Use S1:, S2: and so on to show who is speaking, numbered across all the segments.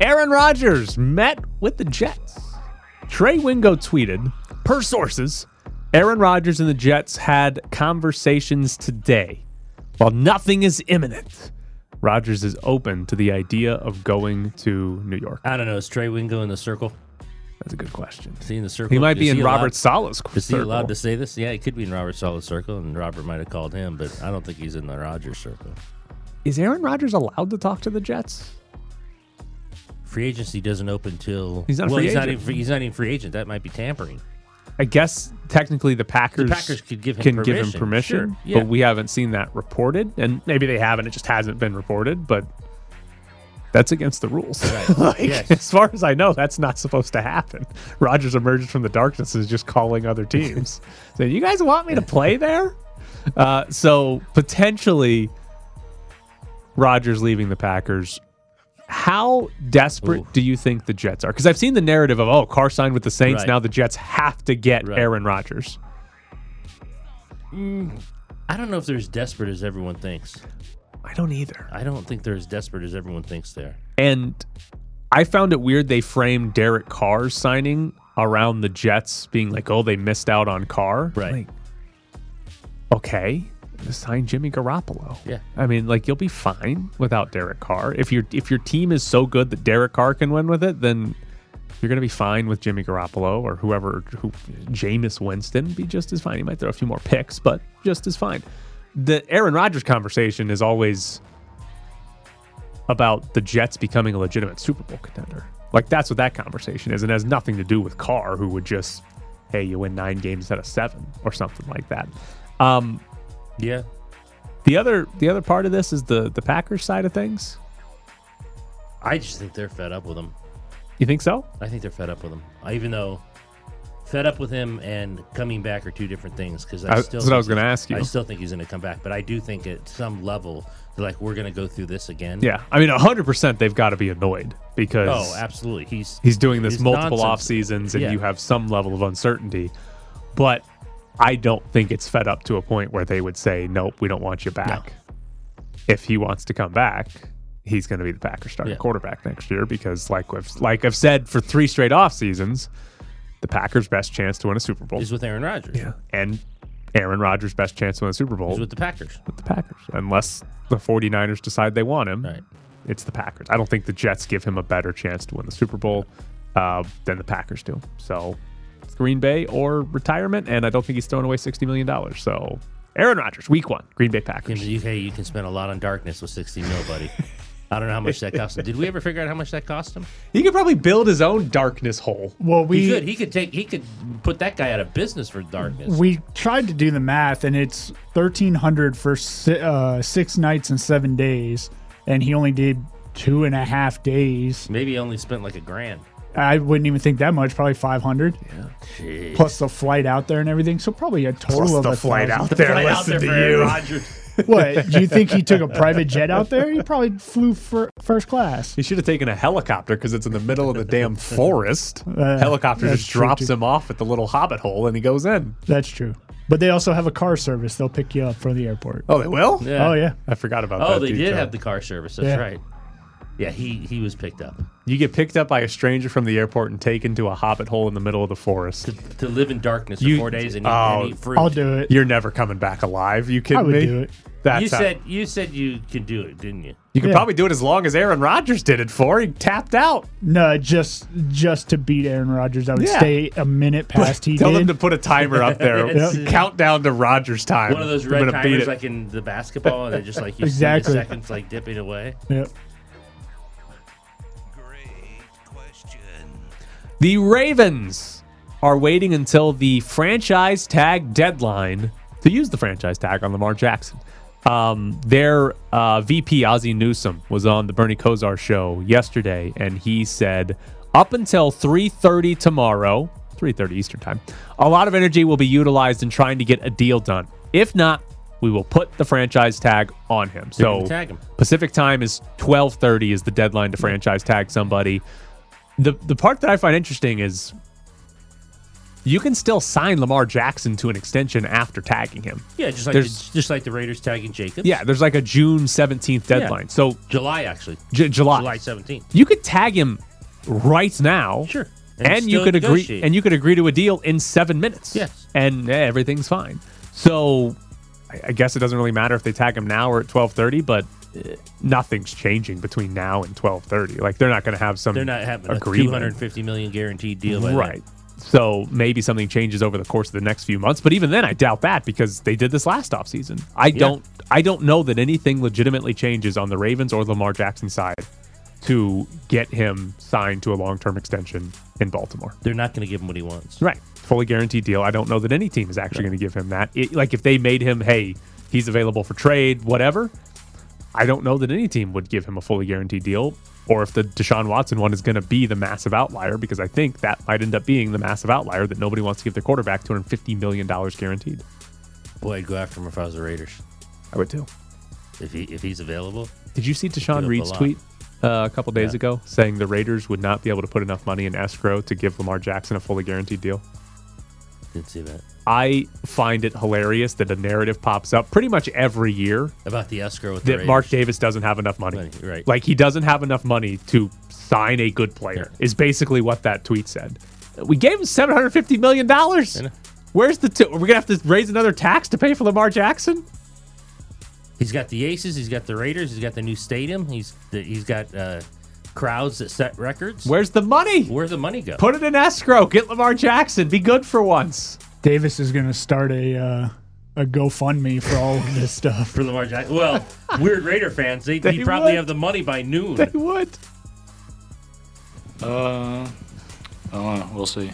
S1: Aaron Rodgers met with the Jets. Trey Wingo tweeted, per sources, Aaron Rodgers and the Jets had conversations today. While nothing is imminent, Rodgers is open to the idea of going to New York.
S2: I don't know. Is Trey Wingo in the circle?
S1: That's a good question.
S2: Is he in the circle?
S1: He might
S2: Is
S1: be in
S2: allowed-
S1: Robert Sala's
S2: Is he
S1: circle.
S2: allowed to say this? Yeah, he could be in Robert Sala's circle, and Robert might have called him, but I don't think he's in the Rogers circle.
S1: Is Aaron Rodgers allowed to talk to the Jets?
S2: Free agency doesn't open till
S1: He's not a
S2: well,
S1: free
S2: he's not
S1: agent.
S2: even free, he's not even free agent. That might be tampering.
S1: I guess technically the Packers,
S2: Packers could give him
S1: can give him
S2: permission,
S1: permission,
S2: sure, yeah.
S1: but we haven't seen that reported, and maybe they haven't. It just hasn't been reported, but that's against the rules.
S2: Right.
S1: Like,
S2: Yes.
S1: As far as I know, that's not supposed to happen. Rogers emerges from the darkness and is just calling other teams, saying, "You guys want me to play there?" Uh, so potentially, Rogers leaving the Packers. How desperate
S2: Ooh.
S1: do you think the Jets are? Because I've seen the narrative of, oh, Carr signed with the Saints.
S2: Right.
S1: Now the Jets have to get
S2: Right.
S1: Aaron Rodgers.
S2: I don't know if they're as desperate as everyone thinks.
S1: I don't either.
S2: I don't think they're as desperate as everyone thinks they are.
S1: And I found it weird they framed Derek Carr's signing around the Jets being like, oh, they missed out on Carr.
S2: Right.
S1: Like, okay, sign Jimmy Garoppolo.
S2: Yeah.
S1: I mean, like you'll be fine without Derek Carr. If your if your team is so good that Derek Carr can win with it, then you're gonna be fine with Jimmy Garoppolo or whoever who Jameis Winston be just as fine. He might throw a few more picks, but just as fine. The Aaron Rodgers conversation is always about the Jets becoming a legitimate Super Bowl contender. Like that's what that conversation is, and has nothing to do with Carr, who would just, hey, you win nine games out of seven or something like that. Um,
S2: Yeah.
S1: the other the other part of this is the the Packers side of things.
S2: I just think they're fed up with him.
S1: You think so?
S2: I think they're fed up with him. I, even though fed up with him and coming back are two different things because I,
S1: I-
S2: still
S1: that's what I
S2: think
S1: was gonna
S2: he's-
S1: ask you.
S2: I still think he's going to come back, but I do think at some level they're like we're going to go through this again.
S1: Yeah. I mean, 100% they've got to be annoyed because
S2: Oh, absolutely. He's
S1: he's doing this
S2: It's
S1: multiple off
S2: nonsense.
S1: seasons and
S2: Yeah.
S1: you have some level of uncertainty. But I don't think it's fed up to a point where they would say, "Nope, we don't want you back." If he wants to come back, he's going to be the Packers starting
S2: Yeah.
S1: quarterback next year because like I've, like I've said for 3 straight off seasons, the Packers best chance to win a Super Bowl.
S2: is with Aaron Rodgers.
S1: yeah. And Aaron Rodgers' best chance to win a Super Bowl
S2: He's with the Packers.
S1: with the Packers. Unless the 49ers decide they want him,
S2: Right.
S1: it's the Packers. I don't think the Jets give him a better chance to win the Super Bowl uh, than the Packers do. So it's Green Bay or retirement, and I don't think he's throwing away $60 million. So Aaron Rodgers, week one, Green Bay
S2: In
S1: Packers.
S2: the UK, you can spend a lot on darkness with 60 mil, buddy. I don't know how much that cost him. Did we ever figure out how much that cost him?
S1: He could probably build his own darkness hole.
S3: Well,
S2: He,
S3: we
S2: could. He could take. He could put that guy out of business for darkness.
S3: we tried to do the math, and it's thirteen hundred for si- uh, six nights and seven days, and he only did two and a half days.
S2: Maybe he only spent like a grand.
S3: I wouldn't even think that much, probably five hundred plus the flight out there and everything. So probably a total
S1: Plus
S3: of
S1: the
S3: a
S1: flight
S3: thousand.
S1: out there.
S2: Right out
S1: Listen
S2: there for
S1: to
S2: Aaron
S1: you.
S2: Rodgers.
S3: What? Do you think he took a private jet out there? He probably flew fir- first class.
S1: He should have taken a helicopter because it's in the middle of the damn forest. helicopter
S3: that's
S1: just
S3: true,
S1: drops
S3: too.
S1: him off at the little hobbit hole and he goes in.
S3: That's true. But they also have a car service. They'll pick you up from the airport.
S1: Oh, they will?
S2: Yeah.
S3: Oh yeah.
S1: I forgot about that.
S2: Oh, they did
S1: detail.
S2: have the car service. That's
S3: Yeah.
S2: right. Yeah, he he was picked up
S1: You get picked up by a stranger from the airport and taken to a hobbit hole in the middle of the forest.
S2: to, to live in darkness for
S1: You-
S2: four days and eat,
S1: oh,
S2: and eat fruit.
S3: I'll do it.
S1: You're never coming back alive. You kidding
S3: I would
S1: me?
S3: do it.
S1: That's
S2: You
S1: how-
S2: said you said you could do it, didn't you?
S1: you could
S3: Yeah.
S1: probably do it as long as Aaron Rodgers did it for. He tapped out.
S3: No, just just to beat Aaron Rodgers, I would
S1: Yeah.
S3: stay a minute past he
S1: Tell
S3: did.
S1: them to put a timer up there.
S2: Yep.
S1: Countdown to Rodgers time.
S2: One of those
S1: I'm
S2: red
S1: gonna beat
S2: timers
S1: it.
S2: like in the basketball, and they just like you
S3: Exactly.
S2: see the seconds like dipping away.
S3: Yep.
S4: Great question.
S1: The Ravens are waiting until the franchise tag deadline to use the franchise tag on Lamar Jackson. Um, their uh, VP, Ozzie Newsome, was on the Bernie Kosar show yesterday, and he said, up until 3.30 tomorrow, 3.30 Eastern time, a lot of energy will be utilized in trying to get a deal done. If not, we will put the franchise tag on him. So
S2: gonna tag him.
S1: Pacific time is 12.30 is the deadline to franchise tag somebody the the part that I find interesting is you can still sign Lamar Jackson to an extension after tagging him.
S2: Yeah, just like the,
S1: There's-
S2: just like the Raiders tagging Jacobs.
S1: Yeah, there's like a June 17th deadline. So
S2: July actually,
S1: J- July.
S2: July seventeenth.
S1: You could tag him right now.
S2: Sure.
S1: And, you
S2: still
S1: could agree
S2: negotiate.
S1: and you could agree to a deal in 7 minutes.
S2: Yes.
S1: And eh, everything's fine. So I I guess it doesn't really matter if they tag him now or at 12:30, but eh, nothing's changing between now and 12:30. Like they're not going to have some
S2: they're not having a
S1: agreement.
S2: two hundred fifty million guaranteed deal. by then.
S1: Right. So maybe something changes over the course of the next few months, but even then I doubt that because they did this last offseason. I don't I don't know that anything legitimately changes on the Ravens or Lamar Jackson side to get him signed to a long-term extension in Baltimore.
S2: They're not going to give him what he wants.
S1: Right. Fully guaranteed deal. I don't know that any team is actually going to give him that. It, like if they made him, hey, he's available for trade, whatever. I don't know that any team would give him a fully guaranteed deal, or if the Deshaun Watson one is going to be the massive outlier, because I think that might end up being the massive outlier that nobody wants to give their quarterback two hundred fifty million dollars guaranteed.
S2: Boy, I'd go after him if I was the Raiders.
S1: I would too.
S2: If he if he's available,
S1: Did you see
S2: up
S1: Deshaun
S2: a
S1: Reed's
S2: lot.
S1: tweet uh, a couple days
S2: Yeah.
S1: ago saying the Raiders would not be able to put enough money in escrow to give Lamar Jackson a fully guaranteed deal?
S2: didn't see that
S1: I find it hilarious that a narrative pops up pretty much every year
S2: about the escrow with the
S1: that
S2: Raiders.
S1: Mark Davis doesn't have enough money.
S2: Money, right.
S1: Like he doesn't have enough money to sign a good player
S2: Yeah.
S1: is basically what that tweet said. We gave him seven hundred fifty million dollars.
S2: know.
S1: Where's the two? Are we gonna have to raise another tax to pay for Lamar Jackson?
S2: He's got the Aces. He's got the Raiders. He's got the new stadium. He's the, he's got uh, crowds that set records.
S1: Where's the money?
S2: Where'd the money go?
S1: Put it in escrow. Get Lamar Jackson. Be good for once.
S3: Davis is gonna start a uh, a GoFundMe for all of this stuff.
S2: for Lamar Jackson. Well, weird Raider fans, they,
S1: They
S2: you probably
S1: would.
S2: have the money by noon.
S1: They would.
S5: Uh, I don't know. We'll see.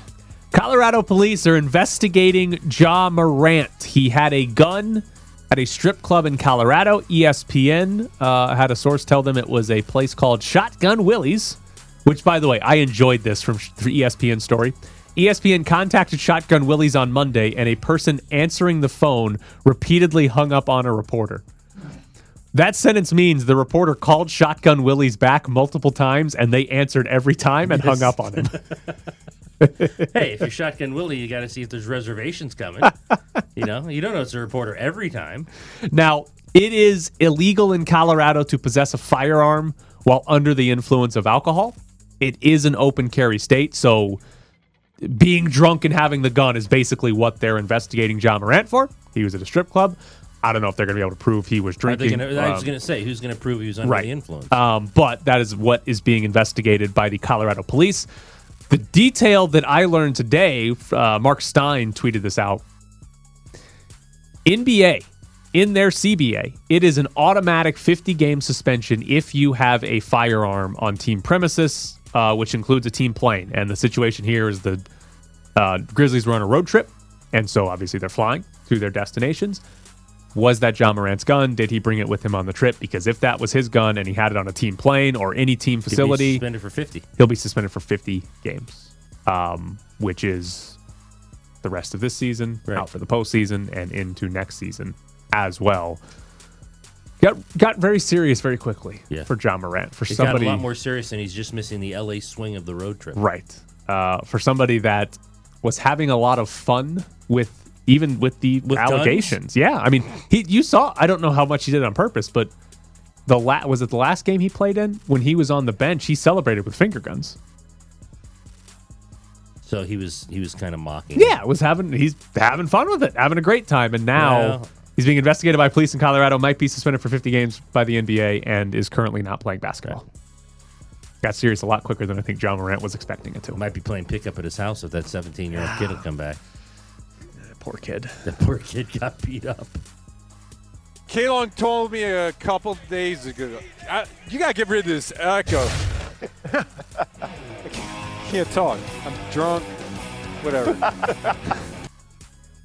S1: Colorado police are investigating Ja Morant. He had a gun at a strip club in Colorado. E ESPN uh, had a source tell them it was a place called Shotgun Willie's, which, by the way, I enjoyed this from the E ESPN story. E ESPN contacted Shotgun Willie's on Monday, and a person answering the phone repeatedly hung up on a reporter. That sentence means the reporter called Shotgun Willie's back multiple times, and they answered every time and hung up on him.
S2: hey, if you're Shotgun Willie, you got to see if there's reservations coming. you know, you don't know it's a reporter every time.
S1: Now, it is illegal in Colorado to possess a firearm while under the influence of alcohol. It is an open carry state, so being drunk and having the gun is basically what they're investigating John Morant for. He was at a strip club. I don't know if they're going to be able to prove he was
S2: Are they
S1: drinking.
S2: gonna, I was
S1: um,
S2: going to say, who's going to prove he was under
S1: right.
S2: the influence?
S1: um, but that is what is being investigated by the Colorado police. The detail that I learned today, uh, Mark Stein tweeted this out. NBA, in their CBA, it is an automatic 50 game suspension if you have a firearm on team premises, uh, which includes a team plane. And the situation here is the uh, Grizzlies were on a road trip, and so obviously they're flying to their destinations. Was that John Morant's gun? Did he bring it with him on the trip? Because if that was his gun and he had it on a team plane or any team
S2: Could be
S1: facility,
S2: suspended for 50.
S1: he'll be suspended for 50 games, um, which is the rest of this season,
S2: Right.
S1: out for the postseason, and into next season as well. Got got very serious very quickly
S2: Yeah.
S1: for John Morant for
S2: It got
S1: somebody
S2: a lot more serious, and he's just missing the LA swing of the road trip.
S1: Right. Uh, for somebody that was having a lot of fun with even with the
S2: With guns?
S1: allegations. Yeah, I mean, he you saw. I don't know how much he did on purpose, but the la- was it the last game he played in when he was on the bench, he celebrated with finger guns.
S2: So he was he was kind of mocking.
S1: Yeah, was having he's having fun with it, having a great time, and now.
S2: Well-
S1: He's being investigated by police in Colorado, might be suspended for 50 games by the NBA, and is currently not playing basketball. Got serious a lot quicker than I think John Morant was expecting it to.
S2: Might be playing pickup at his house if that 17 year old kid will come back.
S1: poor kid.
S2: That poor kid got beat up.
S6: Kalong told me a couple days ago, I, you gotta get rid of this echo. I can't talk. I'm drunk. Whatever.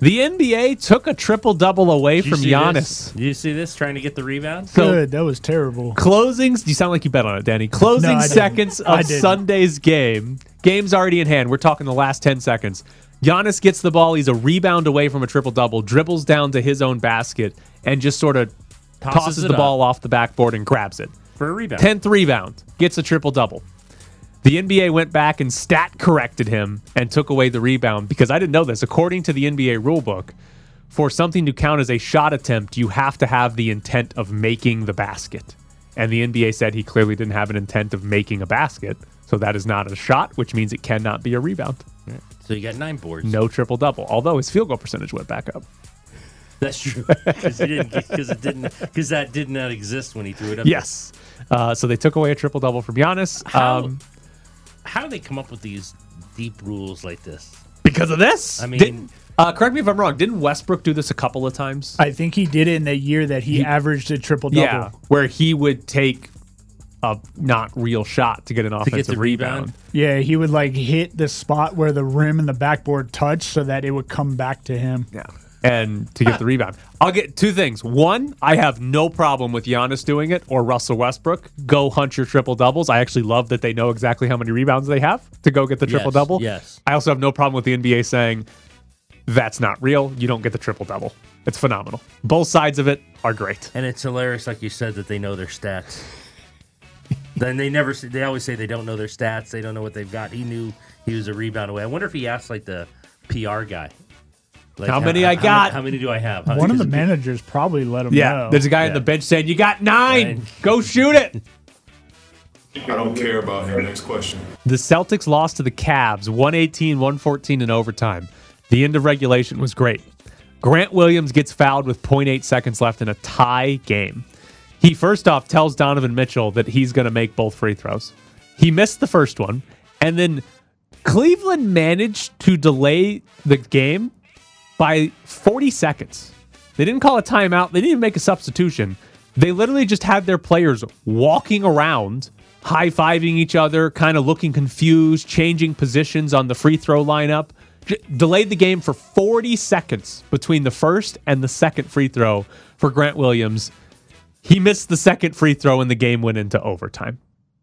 S1: The NBA took a triple double away
S2: Did you
S1: from
S2: see
S1: Giannis.
S2: this? Did you see this trying to get the rebound?
S1: So
S3: Good, that was terrible.
S1: closings. You sound like you bet on it, Danny. Closing
S3: No, I didn't.
S1: seconds
S3: I
S1: of
S3: didn't.
S1: Sunday's game. Game's already in hand. We're talking the last ten seconds. Giannis gets the ball. He's a rebound away from a triple double. Dribbles down to his own basket and just sort of tosses,
S2: Tosses
S1: the
S2: it up.
S1: ball off the backboard and grabs it.
S2: For a rebound.
S1: 10th rebound, gets a triple double. The NBA went back and stat corrected him and took away the rebound because I didn't know this. According to the NBA rulebook, for something to count as a shot attempt, you have to have the intent of making the basket. And the NBA said he clearly didn't have an intent of making a basket. So that is not a shot, which means it cannot be a rebound.
S2: So you got nine boards.
S1: No triple double, although his field goal percentage went back up.
S2: that's true. Because it didn't. Because that did not exist when he threw it up.
S1: Yes. Uh, so they took away a triple double from Giannis. Um,
S2: How- How do they come up with these deep rules like this?
S1: because of this?
S2: I mean-
S1: Didn't- uh, correct me if I'm wrong. Didn't Westbrook do this a couple of times?
S3: I think he did it in the year that he, averaged a triple double.
S1: Yeah, where he would take a not real shot to get an
S2: the
S1: offensive rebound.
S2: rebound.
S3: Yeah, he would like hit the spot where the rim and the backboard touch so that it would come back to him.
S1: Yeah. And to get the rebound. I'll get two things. One, I have no problem with Giannis doing it or Russell Westbrook. Go hunt your triple doubles. I actually love that they know exactly how many rebounds they have to go get the triple double.
S2: yes.
S1: I also have no problem with the NBA saying that's not real. You don't get the triple double. It's phenomenal. Both sides of it are great.
S2: And it's hilarious, like you said, that they know their stats. then they never. say- They always say they don't know their stats. They don't know what they've got. He knew he was a rebound away. I wonder if he asked like the PR guy. Like,
S1: How many I
S2: many-
S1: got?
S2: How many do I have? How-
S3: One of the
S2: because-
S3: managers probably let him
S1: Yeah.
S3: know.
S1: There's a guy on the
S2: Yeah.
S1: bench saying, You got nine.
S2: Nine.
S1: Go shoot it.
S7: I don't care about him. Next question.
S1: The Celtics lost to the Cavs 118 114 in overtime. The end of regulation was great. Grant Williams gets fouled with 0.8 seconds left in a tie game. He first off tells Donovan Mitchell that he's going to make both free throws. He missed the first one, and then Cleveland managed to delay the game by 40 seconds. They didn't call a timeout. They didn't even make a substitution. They literally just had their players walking around, high fiving each other, kind of looking confused, changing positions on the free throw lineup. J- delayed the game for 40 seconds between the first and the second free throw for Grant Williams. He missed the second free throw, and the game went into overtime.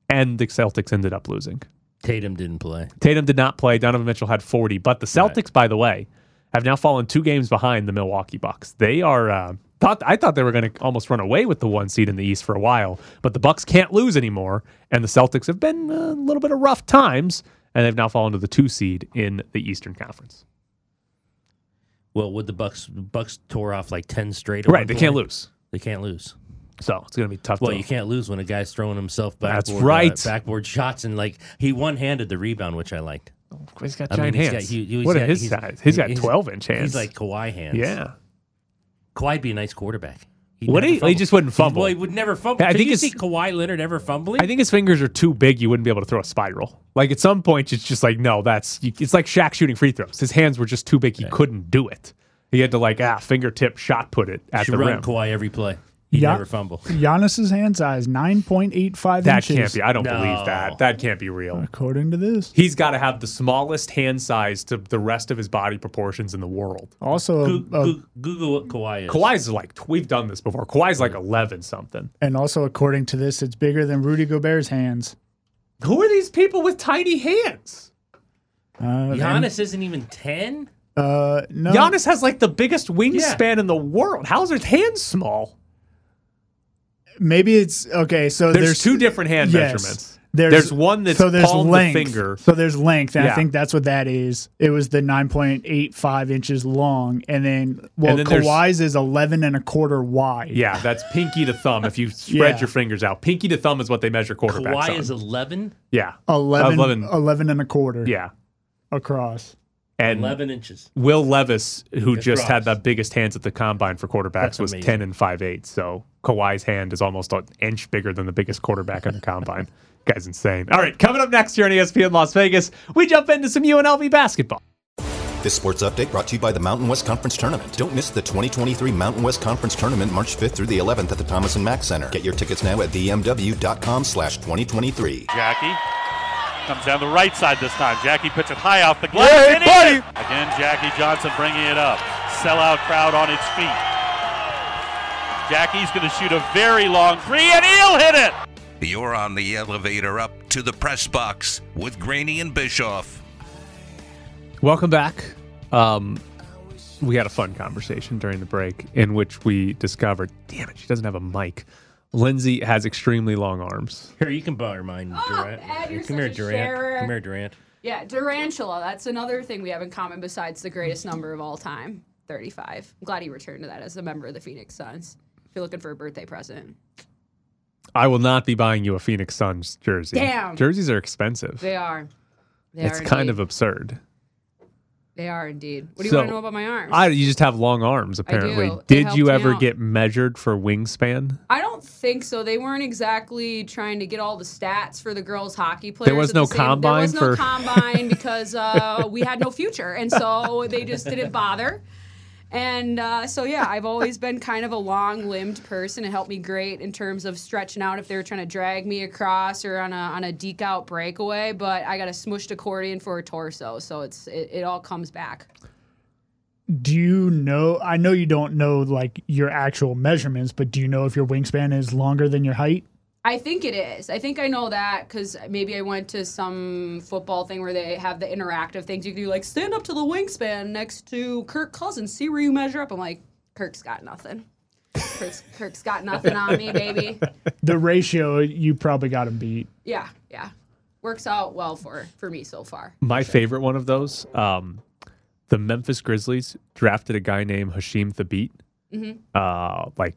S1: And the Celtics ended up losing.
S2: Tatum didn't play.
S1: Tatum did not play. Donovan Mitchell had 40. But the Celtics, by the way, have now fallen two games behind the Milwaukee Bucks. They are. Uh, thought I thought they were going to almost run away with the one seed in the East for a while, but the Bucks can't lose anymore, and the Celtics have been a little bit of rough times, and they've now fallen to the two seed in the Eastern Conference.
S2: Well, would the Bucks Bucks tore off like ten straight? at one
S1: Right, they can't
S2: point?
S1: lose,
S2: They can't lose.
S1: so it's going to be tough.
S2: Well,
S1: to,
S2: you can't lose when a guy's throwing himself backboard.
S1: That's right.
S2: uh, backboard shots and like he one handed the rebound, which I liked.
S1: He's got
S2: I mean,
S1: giant
S2: he's
S1: hands.
S2: got- he- he's
S1: what are
S2: got-
S1: his
S2: he's-
S1: size? He's got
S2: he's-
S1: 12 inch hands.
S2: He's like Kawhi hands.
S1: yeah.
S2: Kawhi'd be a nice quarterback. He'd
S1: Would
S2: never
S1: he? He just wouldn't fumble.
S2: Well, he would never fumble.
S1: I
S2: I
S1: think
S2: think you
S1: it's-
S2: see Kawhi Leonard ever fumbling.
S1: I think his fingers are too big. You wouldn't be able to throw a spiral. Like at some point, it's just like no, that's you- it's like Shaq shooting free throws. His hands were just too big. He couldn't do it. He had to like ah fingertip shot put it at
S2: should
S1: the
S2: run
S1: rim.
S2: Kawhi every play. He'd
S3: Yeah.
S2: never fumble.
S3: Giannis's hand size nine point eight five
S1: That
S3: inches.
S1: can't be. I don't believe
S2: No.
S1: that. That can't be real.
S3: According to this,
S1: He's got to have the smallest hand size to the rest of his body proportions in the world.
S3: also a-
S2: Goo-
S1: Uh,
S3: a-
S2: goo- Google what Kawhi is.
S1: Kawhi's like tw- we've done this before. Kawhi's like eleven something.
S3: and also according to this, it's bigger than Rudy Gobert's hands.
S1: Who are these people with tiny hands?
S3: Uh,
S2: Giannis isn't even ten.
S3: uh, no,
S2: Um,
S1: Giannis has like the biggest wingspan in the world. How's his hands small?
S3: maybe it's okay. So
S1: There's,
S3: there's,
S1: two different hand
S3: yes.
S1: measurements.
S3: There's,
S1: There's one that's palm to finger.
S3: So there's length, and
S1: Yeah.
S3: I think that's what that is. It was the 9.85 inches long, and then well,
S1: And then there's-
S3: Kawhi's is 11 and a quarter wide.
S1: Yeah, that's pinky to thumb. If you spread
S3: Yeah.
S1: your fingers out, pinky to thumb is what they measure quarterbacks on.
S2: Kawhi is eleven.
S1: yeah,
S3: 11,
S1: 11.
S3: 11. and a quarter
S1: yeah,
S3: across.
S1: and
S2: Eleven inches.
S1: Will Levis, who just had the
S2: drops.
S1: biggest hands at the combine for quarterbacks,
S2: That's
S1: was
S2: amazing.
S1: ten and five eight. So Kawhi's hand is almost an inch bigger than the biggest quarterback at the combine. Guy's insane. All right, coming up next here on E ESPN Las Vegas, we jump into some UNLV basketball.
S8: This sports update brought to you by the Mountain West Conference Tournament. Don't miss the 2023 Mountain West Conference Tournament March 5th through the 11th at the Thomas and Mack Center. Get your tickets now at themw.com slash 2023.
S9: Jackie comes down the right side this time. Jackie puts it high off the glass.
S6: Hey,
S9: and in.
S6: buddy!
S9: Again, Jackie Johnson bringing it up. Sellout crowd on its feet. Jackie's going to shoot a very long three, and he'll hit it.
S4: You're on the elevator up to the press box with Graney and Bischoff.
S1: Welcome back. Um, we had a fun conversation during the break in which we discovered, damn it, she doesn't have a mic. Lindsay has extremely long arms.
S2: Here, you can borrow mine, Durant.
S10: Oh, Ed, you're
S2: Come
S10: such
S2: here,
S10: a
S2: Durant.
S10: sharer.
S2: Come here, Durant.
S10: Yeah, Durantula. That's another thing we have in common besides the greatest number of all time, 35. I'm glad he returned to that as a member of the Phoenix Suns. If you're looking for a birthday present,
S1: I will not be buying you a Phoenix Suns jersey.
S10: Damn.
S1: Jerseys are expensive.
S10: they are. They
S1: it's
S10: are
S1: kind of
S10: indeed.
S1: absurd.
S10: They are indeed. What do you
S1: So,
S10: want to know about my arms?
S1: I you just have long arms apparently.
S10: do. It
S1: Did
S10: helped
S1: you
S10: me
S1: ever
S10: out.
S1: get measured for wingspan?
S10: I don't think so. They weren't exactly trying to get all the stats for the girls hockey players.
S1: was
S10: at the
S1: no
S10: same-
S1: combine
S10: There was no
S1: for-
S10: combine because uh, we had no future, and so they just didn't bother. And uh, so yeah, I've always been kind of a long-limbed person. It helped me great in terms of stretching out if they were trying to drag me across or on a on a deke out breakaway. But I got a smushed accordion for a torso, so it's it, it all comes back.
S3: Do you know? I know you don't know like your actual measurements, but do you know if your wingspan is longer than your height?
S10: I think it is. I think I know that because maybe I went to some football thing where they have the interactive things. You can do like stand up to the wingspan next to Kirk Cousins, see where you measure up. I'm like, Kirk's got nothing. Kirk's, Kirk's got nothing on me, baby.
S3: The ratio, you probably got him beat.
S10: Yeah, yeah. Works out well for for me so far.
S1: My favorite one of those, um, the Memphis Grizzlies drafted a guy named Hashim Thabit, uh, like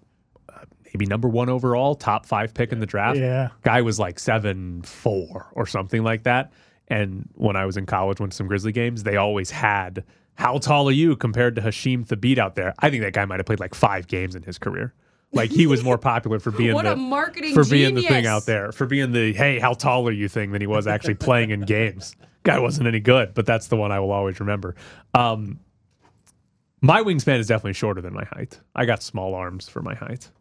S1: uh, maybe number one overall, top five pick in the draft.
S3: Yeah.
S1: guy was like seven four or something like that. And when I was in college, went to some Grizzly games, they always had how tall are you compared to Hashim Thabit out there. I think that guy might have played like five games in his career. Like he was more popular for being
S10: What
S1: the
S10: a marketing
S1: for being the thing
S10: genius.
S1: out there for being the hey how tall are you thing than he was actually playing in games. Guy wasn't any good, but that's the one I will always remember. Um, my wingspan is definitely shorter than my height. I got small arms for my height.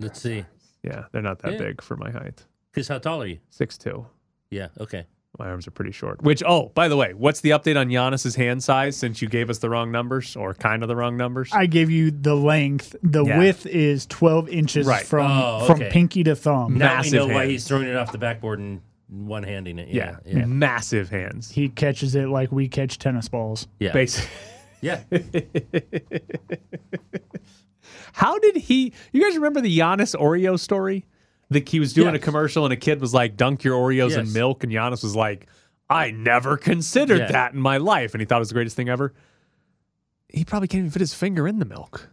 S2: Let's see.
S1: Yeah, they're not that
S2: Yeah.
S1: big for my height.
S2: Because how tall are you?
S1: Six two.
S2: Yeah. Okay.
S1: My arms are pretty short. Which, oh, by the way, what's the update on Giannis's hand size since you gave us the wrong numbers or kind of the wrong numbers?
S3: I gave you the length. The
S1: Yeah.
S3: width is 12 inches
S1: Right.
S3: from
S2: Oh,
S3: from
S2: okay.
S3: pinky to thumb.
S2: Now
S1: Massive
S2: we know why
S1: hands.
S2: he's throwing it off the backboard and one-handing it.
S1: yeah,
S2: Yeah. Yeah.
S1: massive hands.
S3: He catches it like we catch tennis balls.
S2: Yeah.
S1: Basi-
S2: yeah.
S1: How did he? You guys remember the Giannis Oreo story? That he was doing a
S2: Yes.
S1: commercial and a kid was like, "Dunk your Oreos in
S2: Yes.
S1: milk," and Giannis was like, "I never considered
S2: Yeah.
S1: that in my life," and he thought it was the greatest thing ever. He probably can't even fit his finger in the milk.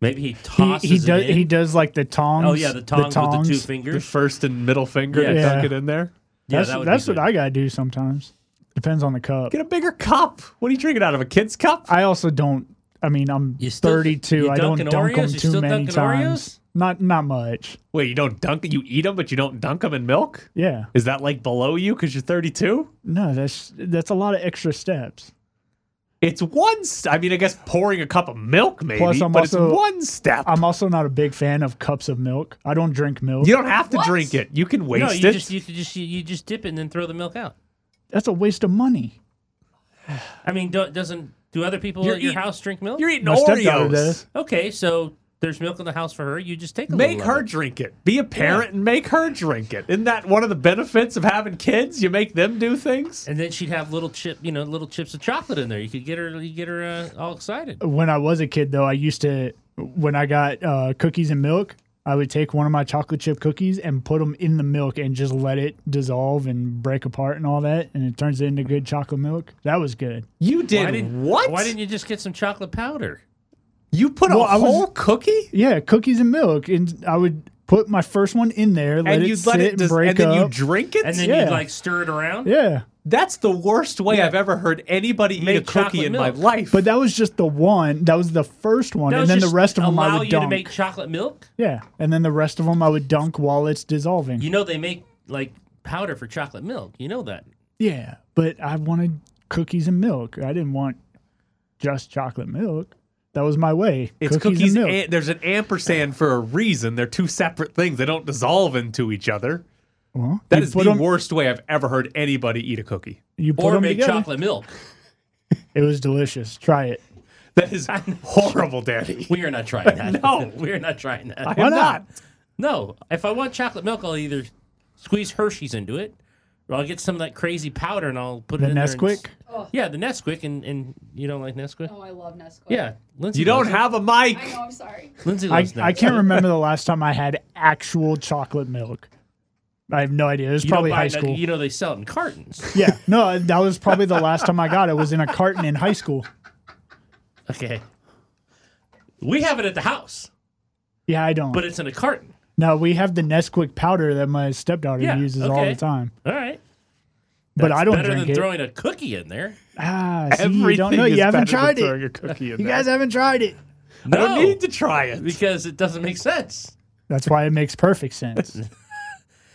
S2: Maybe he
S3: He,
S2: tosses
S3: he
S2: it
S3: does
S2: in.
S3: he does like the tongs.
S2: oh yeah, the tongs, with the two
S1: The
S2: fingers.
S1: first and middle finger to
S2: Yeah.
S1: dunk
S3: Yeah.
S1: it in there.
S2: Yeah,
S3: that's
S2: that would be
S3: that's what
S2: good.
S3: I gotta do sometimes. Depends on the cup.
S1: Get a bigger cup. What are you drinking out of a kid's cup?
S3: I also don't. I mean, I'm
S2: You still-
S3: 32.
S2: you
S3: I don't
S2: dunking
S3: dunk
S2: Oreos?
S3: them
S2: You
S3: too
S2: still
S3: many
S2: dunking
S3: times.
S2: Oreos?
S3: Not not much.
S1: Wait, you don't dunk You eat them, but you don't dunk them in milk?
S3: Yeah.
S1: Is that like below you because you're 32?
S3: No, that's that's a lot of extra steps.
S1: It's one. St- I mean, I guess pouring a cup of milk maybe,
S3: Plus, I'm
S1: but
S3: also-
S1: it's one step.
S3: I'm also not a big fan of cups of milk. I don't drink milk.
S1: you don't have to
S10: What?
S1: drink it. You can waste
S2: no, you
S1: it.
S2: just you could just you, you just dip it and then throw the milk out.
S3: That's a waste of money.
S2: I mean, do, doesn't do other people
S1: You're
S2: at your
S1: eating-
S2: house drink milk?
S1: you're eating
S3: My stepdaughter
S1: Oreos.
S3: does.
S2: okay, so there's milk in the house for her. You just take a
S1: Make
S2: little of
S1: her
S2: it.
S1: drink it. Be a parent and make her drink it. Isn't that one of the benefits of having kids? You make them do things.
S2: and then she'd have little chip, you know, little chips of chocolate in there. You could get her, you get her uh, all excited.
S3: When I was a kid, though, I used to when I got uh, cookies and milk. I would take one of my chocolate chip cookies and put them in the milk and just let it dissolve and break apart and all that, and it turns into good chocolate milk. That was good.
S1: You did
S2: didn't-
S1: what?
S2: Why didn't you just get some chocolate powder?
S1: you put
S3: Well,
S1: a
S3: I was-
S1: whole cookie?
S3: Yeah, cookies and milk, and I would put my first one in there, let
S1: and
S3: it
S1: you
S3: sit
S1: let it
S3: and
S1: dis-
S3: break
S1: and then you
S3: up.
S1: drink it.
S2: And then
S3: Yeah.
S2: you'd like stir it around.
S3: yeah,
S1: That's the worst way I've ever heard anybody eat
S2: Make
S1: a cookie
S2: chocolate
S1: in my
S2: milk.
S1: life.
S3: but that was just the one. That was the first one,
S2: That
S3: and
S2: was
S3: then the
S2: just
S3: rest of them
S2: allow
S3: I would
S2: you
S3: dunk.
S2: to make chocolate milk.
S3: yeah, and then the rest of them I would dunk while it's dissolving.
S2: You know they make like powder for chocolate milk. You know that.
S3: yeah, but I wanted cookies and milk. I didn't want just chocolate milk. That was my way.
S1: it's cookies.
S3: and
S1: And
S3: milk.
S1: there's an ampersand for a reason. They're two separate things. They don't dissolve into each other.
S3: Well,
S1: That
S3: you
S1: is
S3: put
S1: the
S3: 'em-
S1: worst way I've ever heard anybody eat a cookie.
S3: You put
S2: Or
S3: 'em
S2: make
S3: together.
S2: chocolate milk.
S3: It was delicious. Try it.
S1: That is horrible, Daddy.
S2: We are not trying that.
S1: No.
S2: we are not trying that.
S1: I am
S3: not?
S1: not.
S2: No, if I want chocolate milk, I'll either squeeze Hershey's into it, Well, I'll get some of that crazy powder and I'll put
S3: The
S2: it in there and
S3: Nesquik?
S2: s- Yeah, the Nesquik. And, and you don't like Nesquik? Oh,
S10: I love Nesquik.
S2: Yeah. Lindsay
S1: You don't
S2: loves it.
S1: have a mic.
S10: I know. I'm sorry.
S2: Lindsay
S3: I,
S2: loves
S3: I
S2: Nesquik.
S3: can't remember the last time I had actual chocolate milk. I have no idea. It was
S2: You don't
S3: probably
S2: buy
S3: high
S2: it,
S3: school.
S2: You know, they sell it in cartons.
S3: yeah, no, that was probably the last time I got it. Was in a carton in high school.
S2: Okay. We have it at the house,
S3: Yeah, I don't.
S2: but it's in a carton.
S3: no, we have the Nesquik powder that my stepdaughter
S2: Yeah,
S3: uses all
S2: okay.
S3: the time.
S2: All right.
S3: But I don't
S2: better
S3: drink
S2: than
S3: it.
S2: throwing a cookie in there.
S3: ah, see, you don't know.
S1: Everything is
S3: You
S1: better
S3: haven't
S1: than
S3: tried
S1: throwing
S3: it.
S1: a cookie in
S3: You
S1: there.
S3: guys haven't tried it.
S1: I don't
S2: No.
S1: need to try it.
S2: because it doesn't make sense.
S3: That's why it makes perfect sense.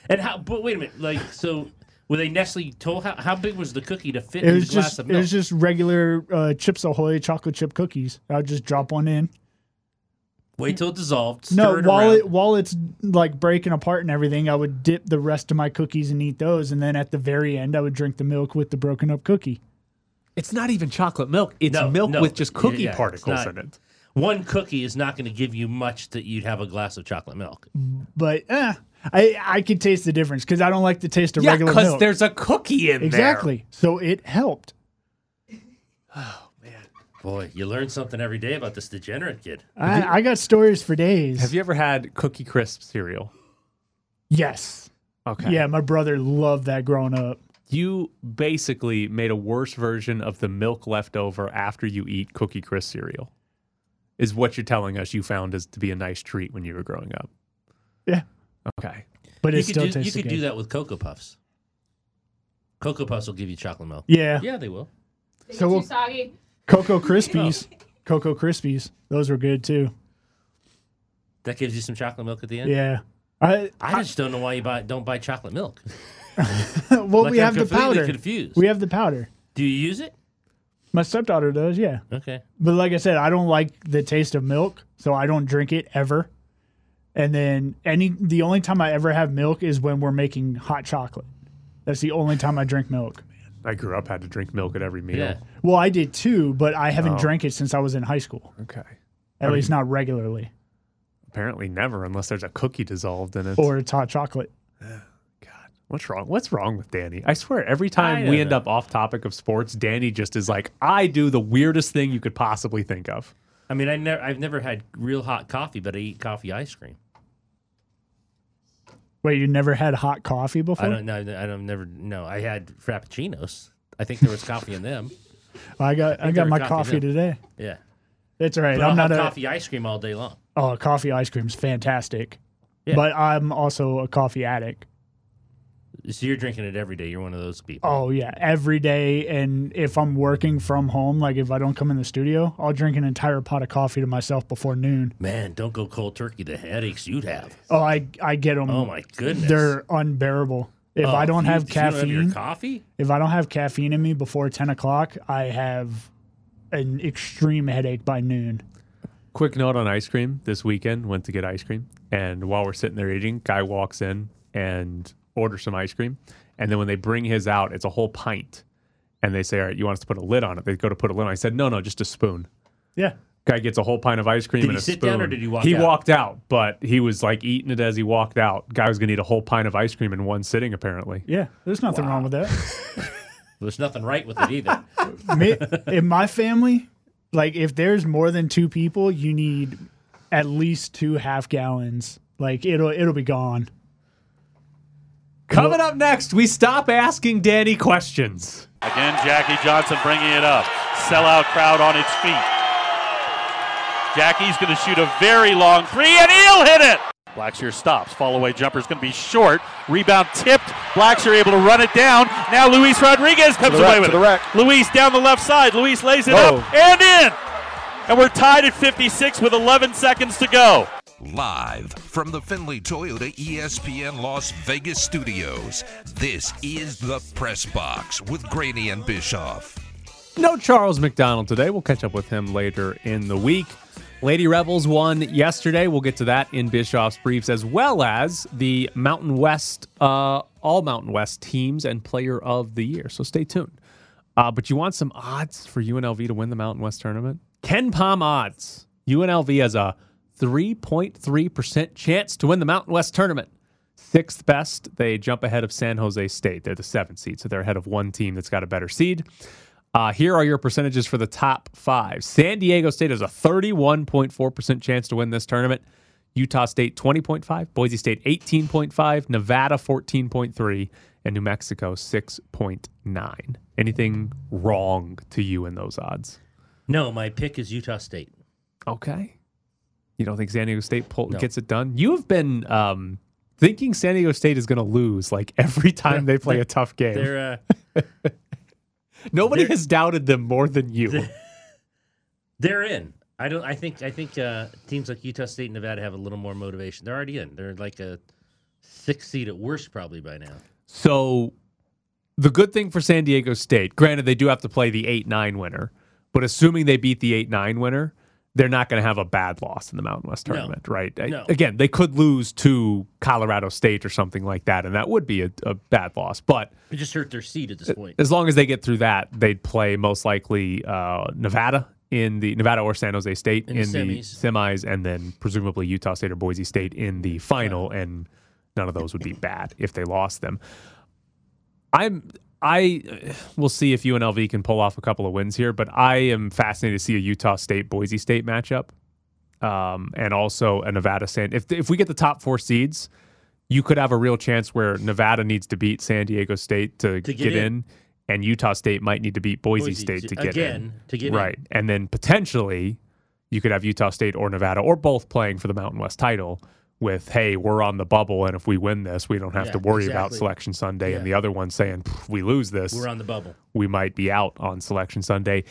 S2: And how? But wait a minute. Like, so were they Nestle told how, how big was the cookie to fit
S3: It
S2: in the
S3: was
S2: glass
S3: just
S2: of
S3: it
S2: milk?
S3: was just regular uh, Chips Ahoy chocolate chip cookies. I would just drop one in.
S2: Wait till it dissolved. stir
S3: No,
S2: it
S3: while
S2: around.
S3: it while it's like breaking apart and everything, I would dip the rest of my cookies and eat those, and then at the very end, I would drink the milk with the broken up cookie.
S1: It's not even chocolate milk. It's
S2: No,
S1: milk
S2: no.
S1: with just cookie
S2: Yeah, it's
S1: particles
S2: not-
S1: in it.
S2: one cookie is not going to give you much that you'd have a glass of chocolate milk.
S3: But eh, I I could taste the difference because I don't like the taste of
S1: Yeah,
S3: regular
S1: because
S3: milk.
S1: there's a cookie in there.
S3: exactly, so it helped.
S2: Boy, you learn something every day about this degenerate kid.
S3: I, I got stories for days.
S1: Have you ever had Cookie Crisp cereal?
S3: yes.
S1: Okay.
S3: Yeah, my brother loved that growing up.
S1: You basically made a worse version of the milk left over after you eat Cookie Crisp cereal, is what you're telling us you found as to be a nice treat when you were growing up.
S3: Yeah,
S1: Okay.
S3: but
S2: you
S3: it
S2: could
S3: still
S2: do, you
S3: tastes
S2: could
S3: good.
S2: do that with Cocoa Puffs. Cocoa Puffs will give you chocolate milk.
S3: Yeah.
S2: Yeah, they will.
S3: So we'll,
S10: Too soggy.
S3: Cocoa Krispies, Cocoa Krispies, those were good too.
S2: That gives you some chocolate milk at the end.
S3: Yeah. I,
S2: I just don't know why you buy, don't buy chocolate milk.
S3: well,
S2: Like,
S3: we
S2: I'm
S3: have the
S2: completely
S3: powder.
S2: confused.
S3: We have the powder.
S2: Do you use it?
S3: My stepdaughter does, yeah.
S2: Okay.
S3: But like I said, I don't like the taste of milk, so I don't drink it ever. And then any the only time I ever have milk is when we're making hot chocolate. That's the only time I drink milk.
S1: I grew up had to drink milk at every meal.
S2: Yeah.
S3: Well, I did too, but I haven't
S2: Oh.
S3: drank it since I was in high school.
S1: Okay.
S3: At least not regularly.
S1: Apparently never, unless there's a cookie dissolved in it.
S3: Or it's hot chocolate.
S1: God, what's wrong? What's wrong with Danny? I swear, every time
S2: don't
S1: we end
S2: know.
S1: up off topic of sports, Danny just is like, I do the weirdest thing you could possibly think of.
S2: I mean, I never, I've never had real hot coffee, but I eat coffee ice cream.
S3: Wait, you never had hot coffee before?
S2: I don't know. I don't never. No, I had frappuccinos. I think there was coffee in them.
S3: I got I,
S2: think they
S3: got
S2: were
S3: my
S2: coffee
S3: coffee
S2: milk.
S3: today.
S2: Yeah,
S3: It's all right.
S2: but
S3: I'm
S2: I'll
S3: not
S2: have
S3: a
S2: coffee ice cream all day long.
S3: Oh, coffee ice cream's fantastic.
S2: Yeah.
S3: But I'm also a coffee addict.
S2: So you're drinking it every day. You're one of those people.
S3: Oh yeah, every day. And if I'm working from home, like if I don't come in the studio, I'll drink an entire pot of coffee to myself before noon.
S2: Man, don't go cold turkey. The headaches you'd have.
S3: Oh, I I get them.
S2: Oh my goodness.
S3: they're unbearable. If
S2: Oh,
S3: I don't
S2: you-
S3: have
S2: you don't
S3: caffeine,
S2: your coffee.
S3: if I don't have caffeine in me before ten o'clock, I have an extreme headache by noon.
S1: Quick note on ice cream. This weekend, went to get ice cream, and while we're sitting there eating, guy walks in and orders some ice cream, and then when they bring his out, it's a whole pint, and they say, "All right, you want us to put a lid on it?" They go to put a lid on. it. I said, "No, no, just a spoon."
S3: Yeah.
S1: Guy gets a whole pint of ice cream
S2: Did
S1: and
S2: he
S1: a
S2: sit
S1: spoon.
S2: down or did he walk
S1: He
S2: out?
S1: walked out, but he was like eating it as he walked out. Guy was gonna eat a whole pint of ice cream in one sitting, apparently.
S3: Yeah, there's nothing wrong with that.
S2: There's nothing right with it either.
S3: Me, in my family, like if there's more than two people, you need at least two half gallons. Like it'll it'll be gone.
S1: Coming up next, we stop asking Danny questions.
S9: Again, Jackie Johnson bringing it up. Sellout crowd on its feet. Jackie's going to shoot a very long three, and he'll hit it. Blackshear stops. Fall away jumper is going to be short. Rebound tipped. Blackshear able to run it down. Now Luis Rodriguez comes
S11: the rack,
S9: away with
S11: to the
S9: it.
S11: rack.
S9: Luis down the left side. Luis lays it
S11: Whoa.
S9: up and in. And we're tied at 56 with 11 seconds to go.
S4: Live from the Finley Toyota E ESPN Las Vegas studios, this is the Press Box with Graney and Bischoff.
S1: No Charles McDonald today. We'll catch up with him later in the week. Lady Rebels won yesterday. We'll get to that in Bischoff's briefs, as well as the Mountain West, uh, all Mountain West teams and player of the year. So stay tuned. Uh, but you want some odds for UNLV to win the Mountain West tournament? Ken Palm odds. UNLV has a 3.3% chance to win the Mountain West tournament. sixth best. They jump ahead of San Jose State. They're the seventh seed, so they're ahead of one team that's got a better seed. Uh, here are your percentages for the top five. San Diego State has a 31.4% chance to win this tournament. Utah State 20.5, Boise State 18.5, Nevada 14.3, and New Mexico 6.9. Anything wrong to you in those odds?
S2: No, my pick is Utah State.
S1: Okay. You don't think San Diego State pull, gets it done? You have been um, thinking San Diego State is going to lose like every time they play a tough game.
S2: They're uh,
S1: Nobody
S2: they're-
S1: has doubted them more than you.
S2: they're in. I don't. I think. I think uh, teams like Utah State and Nevada have a little more motivation. They're already in. They're like a sixth seed at worst, probably by now.
S1: So the good thing for San Diego State, granted they do have to play the 8-9 winner, but assuming they beat the 8-9 winner, they're not going to have a bad loss in the Mountain West
S2: No.
S1: tournament, right? I-
S2: No.
S1: Again, they could lose to Colorado State or something like that, and that would be a, a bad loss. But
S2: It just hurt their seed at this point.
S1: as long as they get through that, they'd play most likely uh, Nevada in the Nevada or San Jose State
S2: In
S1: in,
S2: the
S1: the semis, and then presumably Utah State or Boise State in the final. And none of those would be bad if they lost them. I'm I we'll see if UNLV can pull off a couple of wins here, but I am fascinated to see a Utah State Boise State matchup, um, and also a Nevada San. If if we get the top four seeds, you could have a real chance where Nevada needs to beat San Diego State to,
S2: To
S1: get,
S2: get
S1: in.
S2: in.
S1: and Utah State might need to beat Boise,
S2: Boise
S1: State
S2: to-
S1: to get in.
S2: again, to get in.
S1: right, and then potentially you could have Utah State or Nevada or both playing for the Mountain West title. With hey, we're on the bubble, and if we win this, we don't have
S2: Yeah,
S1: to worry about
S2: exactly.
S1: selection. Selection Sunday, and the
S2: Yeah.
S1: other one saying "Pff, we lose this,
S2: We're on the bubble.
S1: we might be out on Selection Sunday.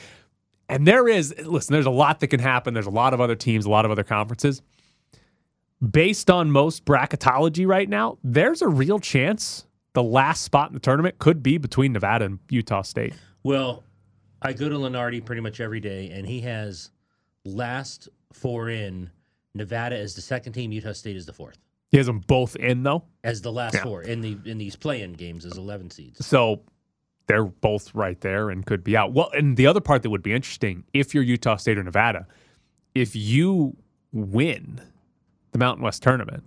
S1: And there is, listen, there's a lot that can happen. There's a lot of other teams, a lot of other conferences. Based on most bracketology right now, there's a real chance the last spot in the tournament could be between Nevada and Utah State.
S2: Well, I go to Lenardi pretty much every day, and he has last four in. Nevada is the second team. Utah State is the fourth.
S1: He has them both in though,
S2: As the last
S1: Yeah.
S2: four in the in these play-in games as eleven seeds.
S1: so they're both right there and could be out. Well, and the other part that would be interesting if you're Utah State or Nevada, if you win the Mountain West tournament,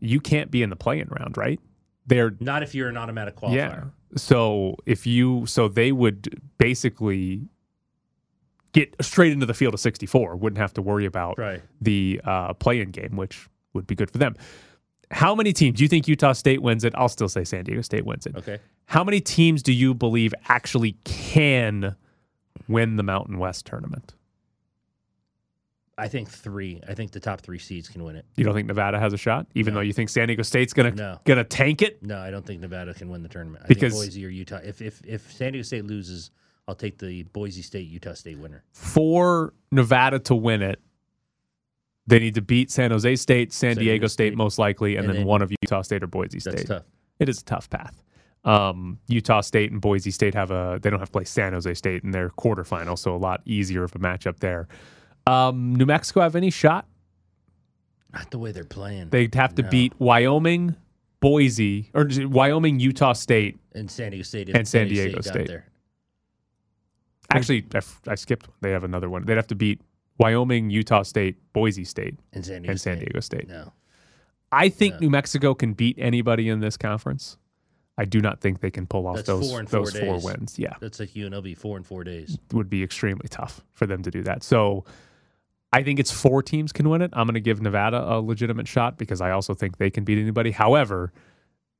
S1: you can't be in the play-in round, right? They're
S2: Not if you're an automatic qualifier.
S1: yeah. So if you so they would basically get straight into the field of 64, wouldn't have to worry about
S2: Right.
S1: the uh, play-in game, which would be good for them. How many teams do you think Utah State wins it? I'll still say San Diego State wins it.
S2: Okay.
S1: How many teams do you believe actually can win the Mountain West tournament?
S2: I think three. I think the top three seeds can win it.
S1: You don't think Nevada has a shot, even though you think San Diego State's gonna
S2: No.
S1: gonna tank it?
S2: No, I don't think Nevada can win the tournament. I
S1: Because-
S2: think Boise or Utah. If if if San Diego State loses, I'll take the Boise State Utah State winner.
S1: for Nevada to win it, they need to beat San Jose State, San,
S2: San
S1: Diego,
S2: Diego
S1: State,
S2: State.
S1: most likely, and,
S2: And
S1: then
S2: then-
S1: one of Utah State or Boise State.
S2: That's tough.
S1: It is a tough path. Um, Utah State and Boise State have a they don't have to play San Jose State in their quarterfinal, so a lot easier of a matchup there. Um, New Mexico have any shot?
S2: Not the way they're playing.
S1: They'd have to
S2: No.
S1: beat Wyoming, Boise, or is it Wyoming, Utah State.
S2: and San Diego State if
S1: and San Diego
S2: got
S1: State.
S2: there.
S1: Actually, I, f- I skipped. one. They have another one. They'd have to beat Wyoming, Utah State, Boise State,
S2: And San Diego
S1: and San
S2: State.
S1: Diego State.
S2: No.
S1: I think
S2: Yeah.
S1: New Mexico can beat anybody in this conference. I do not think they can pull off
S2: That's
S1: those
S2: four in four
S1: those four
S2: days.
S1: wins. Yeah,
S2: That's like UNLV four and four days.
S1: it would be extremely tough for them to do that. So I think it's four teams can win it. I'm going to give Nevada a legitimate shot because I also think they can beat anybody. However,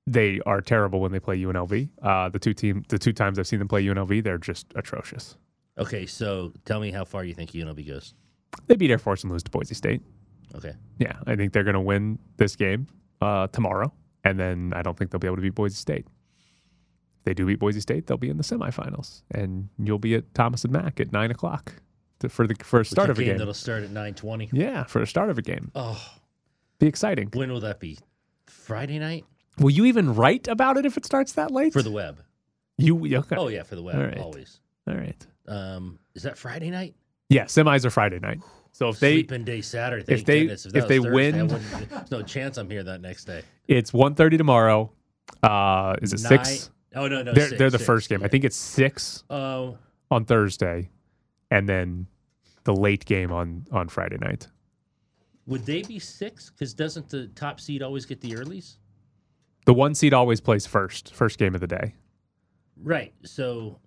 S1: they are terrible when they play UNLV. Uh, the two team the two times I've seen them play UNLV, they're just atrocious.
S2: Okay, so tell me how far you think UNLV goes.
S1: They beat Air Force and lose to Boise State.
S2: Okay.
S1: Yeah, I think they're going to win this game uh, tomorrow, and then I don't think they'll be able to beat Boise State. If they do beat Boise State, they'll be in the semifinals, and you'll be at Thomas and Mack at nine o'clock to, for the for a
S2: Which is
S1: start of a game.
S2: that'll start at nine twenty.
S1: Yeah, for a start of a game,
S2: Oh,
S1: be exciting.
S2: when will that be? Friday night
S1: Will you even write about it if it starts that late?
S2: for the web.
S1: you okay?
S2: Oh yeah, for the web
S1: All right.
S2: always.
S1: All right.
S2: Um, is that Friday night?
S1: Yeah, semis are Friday night, so if they
S2: Sleeping day Saturday.
S1: if they-
S2: goodness, that
S1: if
S2: was
S1: they
S2: Thursday,
S1: win-
S2: I wouldn't- there's no chance I'm here that next day.
S1: it's 1.30 tomorrow. Uh, is it six?
S2: Nine- Oh no, no.
S1: They're
S2: six,
S1: they're the
S2: six,
S1: first game.
S2: yeah.
S1: I think it's six
S2: Oh,
S1: on Thursday, and then the late game on on Friday night.
S2: would they be six? Because doesn't the top seed always get the earlies?
S1: The one seed always plays first, first game of the day.
S2: Right. So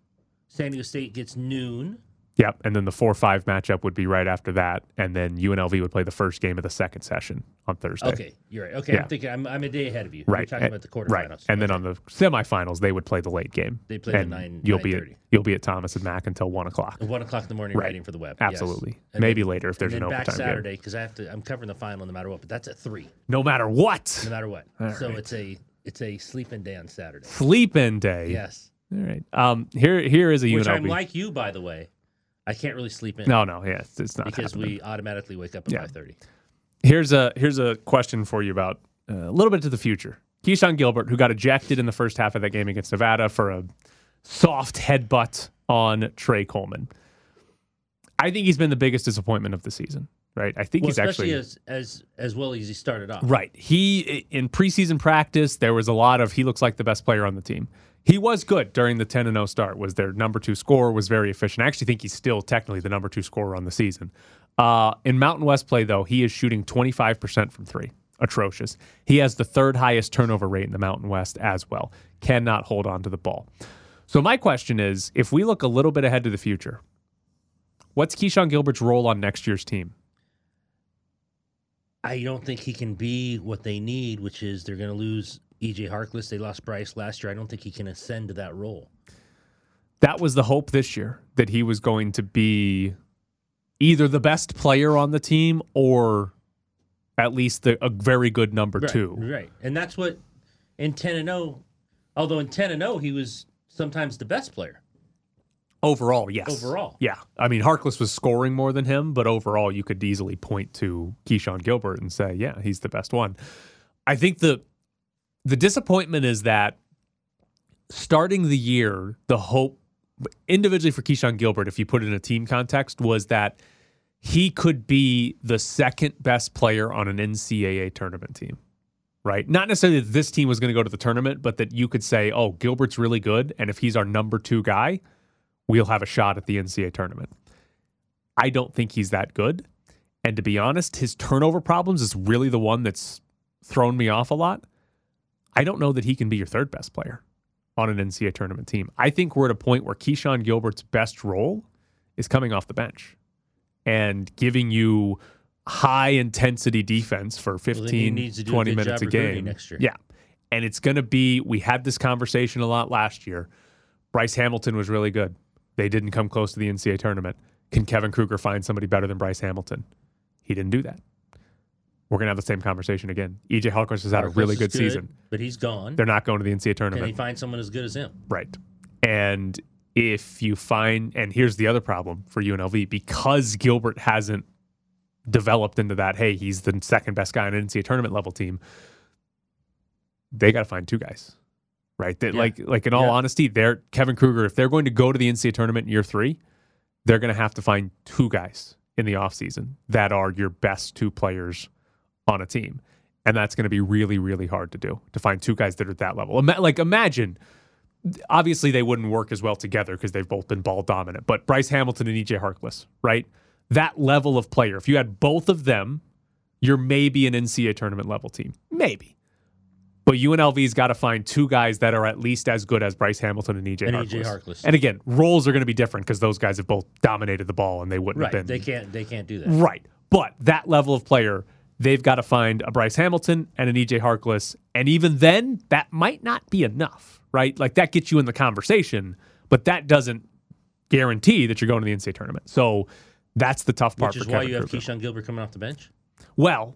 S2: San Diego State gets noon.
S1: Yep. And then the 4 5 matchup would be right after that. And then UNLV would play the first game of the second session on Thursday.
S2: Okay, you're right. Okay,
S1: Yeah.
S2: I'm thinking I'm, I'm a day ahead of you.
S1: Right.
S2: You're
S1: and-
S2: talking about the
S1: Right.
S2: quarterfinals.
S1: And then on the semifinals, they would play the late game.
S2: They play the
S1: And
S2: nine-
S1: You'll be at,
S2: 9:30.
S1: you'll be at Thomas and Mack until one o'clock.
S2: At one o'clock in the morning,
S1: Right.
S2: waiting for the web.
S1: Absolutely.
S2: Yes. And
S1: Maybe later if there's
S2: and
S1: an
S2: then back
S1: overtime game.
S2: Saturday because I have to. I'm covering the final no matter what. But that's at three,
S1: No matter what.
S2: no matter what.
S1: All
S2: so
S1: right.
S2: it's a it's a sleep and day on Saturday.
S1: Sleep in day.
S2: Yes.
S1: All right. Um. Here. Here is a
S2: Which
S1: UNLV.
S2: I'm like you, by the way. I can't really sleep in.
S1: No, no, yeah, it's- it's not
S2: because
S1: happening.
S2: we automatically wake up at
S1: Yeah.
S2: five thirty.
S1: Here's a here's a question for you about uh, a little bit to the future. Keyshawn Gilbert, who got ejected in the first half of that game against Nevada for a soft headbutt on Trey Coleman. I think he's been the biggest disappointment of the season. Right. I think
S2: Well,
S1: he's
S2: especially
S1: actually
S2: as as as well as he started off.
S1: Right. He in preseason practice, there was a lot of he looks like the best player on the team. He was good during the 10 and 0 start. Was their number 2 scorer, was very efficient. I actually think he's still technically the number 2 scorer on the season. Uh, in Mountain West play though, he is shooting 25% from 3. Atrocious. He has the third highest turnover rate in the Mountain West as well. Cannot hold on to the ball. So my question is, if we look a little bit ahead to the future, what's Keyshawn Gilbert's role on next year's team?
S2: I don't think he can be what they need, which is they're going to lose EJ Harkless. They lost Bryce last year. I don't think he can ascend to that role.
S1: that was the hope this year that he was going to be either the best player on the team or at least the, a very good number
S2: right,
S1: two.
S2: Right. And that's what in 10 and 0, although in 10 and 0, he was sometimes the best player.
S1: Overall, yes.
S2: Overall.
S1: Yeah. I mean, Harkless was scoring more than him, but overall, you could easily point to Keyshawn Gilbert and say, yeah, he's the best one. I think the the disappointment is that starting the year, the hope individually for Keyshawn Gilbert, if you put it in a team context, was that he could be the second best player on an NCAA tournament team, right? Not necessarily that this team was going to go to the tournament, but that you could say, oh, Gilbert's really good. And if he's our number two guy, we'll have a shot at the NCAA tournament. I don't think he's that good. And to be honest, his turnover problems is really the one that's thrown me off a lot. I don't know that he can be your third best player on an NCAA tournament team. I think we're at a point where Keyshawn Gilbert's best role is coming off the bench and giving you high intensity defense for
S2: then he
S1: 15,
S2: needs to do a
S1: 20
S2: good
S1: minutes a
S2: job recruiting
S1: game.
S2: next year.
S1: Yeah. And it's going to be, we had this conversation a lot last year. Bryce Hamilton was really good. They didn't come close to the NCAA tournament. Can Kevin Kruger find somebody better than Bryce Hamilton? He didn't do that. We're going to have the same conversation again. EJ Harkless has had a
S2: Harkless
S1: really
S2: is
S1: good, season.
S2: But he's gone.
S1: They're not going to the NCAA
S2: Can he
S1: tournament.
S2: find someone as good as him?
S1: right. And if you find, and here's the other problem for UNLV because Gilbert hasn't developed into that, hey, he's the second best guy on an NCAA tournament level team, they got to find two guys. Right. That
S9: Yeah.
S1: like like in all
S9: Yeah.
S1: honesty, they're Kevin Kruger, if they're going to go to the NCAA tournament in year three, they're going to have to find two guys in the offseason that are your best two players on a team. And that's going to be really, really hard to do to find two guys that are at that level. Ima- like, imagine, obviously, they wouldn't work as well together because they've both been ball dominant, but Bryce Hamilton and EJ Harkless, right? That level of player, if you had both of them, you're maybe an NCAA tournament level team. Maybe. But UNLV's got to find two guys that are at least as good as Bryce Hamilton and EJ
S2: And
S1: Harkless.
S2: E.J. Harkless.
S1: And again, roles are going to be different because those guys have both dominated the ball and they wouldn't
S2: Right.
S1: have
S2: They
S1: been.
S2: can't they can't do that.
S1: right. But that level of player, they've got to find a Bryce Hamilton and an EJ Harkless. And even then, that might not be enough, right? Like that gets you in the conversation, but that doesn't guarantee that you're going to the NCAA tournament. So that's the tough part
S2: Which is
S1: for
S2: why
S1: Kevin
S2: you have
S1: Kruger.
S2: Keyshawn Gilbert coming off the bench.
S1: Well,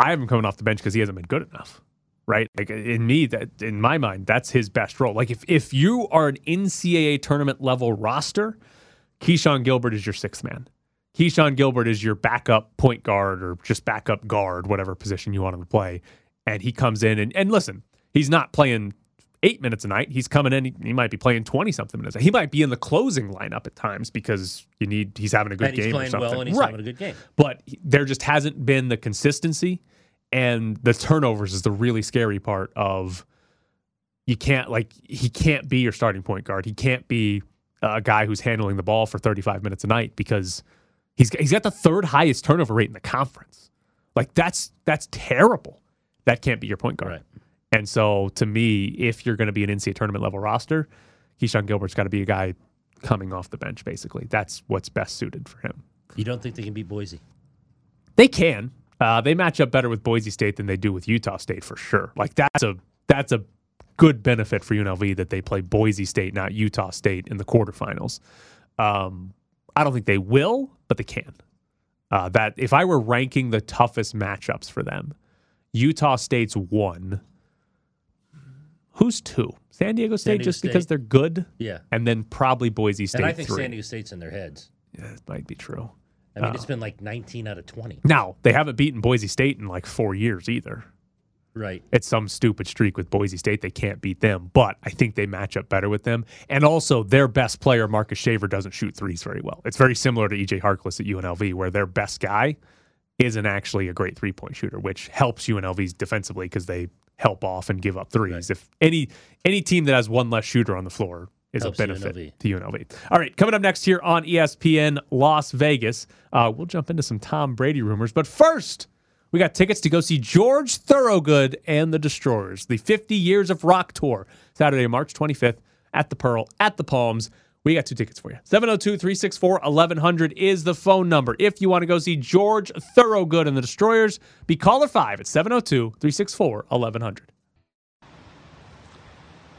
S1: I have him coming off the bench because he hasn't been good enough, right? Like in me, that in my mind, that's his best role. Like if if you are an NCAA tournament level roster, Keyshawn Gilbert is your sixth man. Keyshawn Gilbert is your backup point guard or just backup guard, whatever position you want him to play. And he comes in and, and listen, he's not playing eight minutes a night. He's coming in. He, he might be playing twenty something minutes. He might be in the closing lineup at times because you need he's having a good
S2: and
S1: game
S2: he's
S1: or
S2: playing
S1: something.
S2: well and he's
S1: right
S2: having a good game.
S1: but he- there just hasn't been the consistency and the turnovers is the really scary part of you can't like he can't be your starting point guard he can't be a guy who's handling the ball for 35 minutes a night because he's he's got the third highest turnover rate in the conference like that's that's terrible that can't be your point guard
S2: Right.
S1: And so to me, if you're going to be an NCAA tournament level roster, Keyshawn Gilbert's got to be a guy coming off the bench, basically. That's what's best suited for him.
S2: You don't think they can beat Boise?
S1: They can. Uh, they match up better with Boise State than they do with Utah State for sure. Like that's a that's a good benefit for UNLV that they play Boise State, not Utah State, in the quarterfinals. Um, I don't think they will, but they can. Uh, that if I were ranking the toughest matchups for them, Utah State's one. Who's two? San Diego State,
S2: Diego
S1: just
S2: State.
S1: because they're good.
S2: Yeah.
S1: And then probably Boise State
S2: and I think
S1: three.
S2: San Diego State's in their heads.
S1: yeah, that might be true.
S2: I mean,
S1: Uh,
S2: it's been like 19 out of 20.
S1: now they haven't beaten Boise State in like four years either.
S2: Right.
S1: It's some stupid streak with Boise State. They can't beat them, but I think they match up better with them. And also, their best player, Marcus Shaver, doesn't shoot threes very well. It's very similar to EJ Harkless at UNLV, where their best guy isn't actually a great three point shooter, which helps UNLV's defensively because they help off and give up threes. If any any team that has one less shooter on the floor is
S2: Helps
S1: a benefit
S2: UNLV.
S1: to UNLV. All right, coming up next here on E ESPN Las Vegas, uh, we'll jump into some Tom Brady rumors. But first, we got tickets to go see George Thorogood and the Destroyers, the 50 Years of Rock Tour, Saturday, March 25th at the Pearl at the Palms. We got two tickets for you. 702 364 1100 is the phone number. If you want to go see George Thorogood and the Destroyers, be caller 5 at 702 364 1100.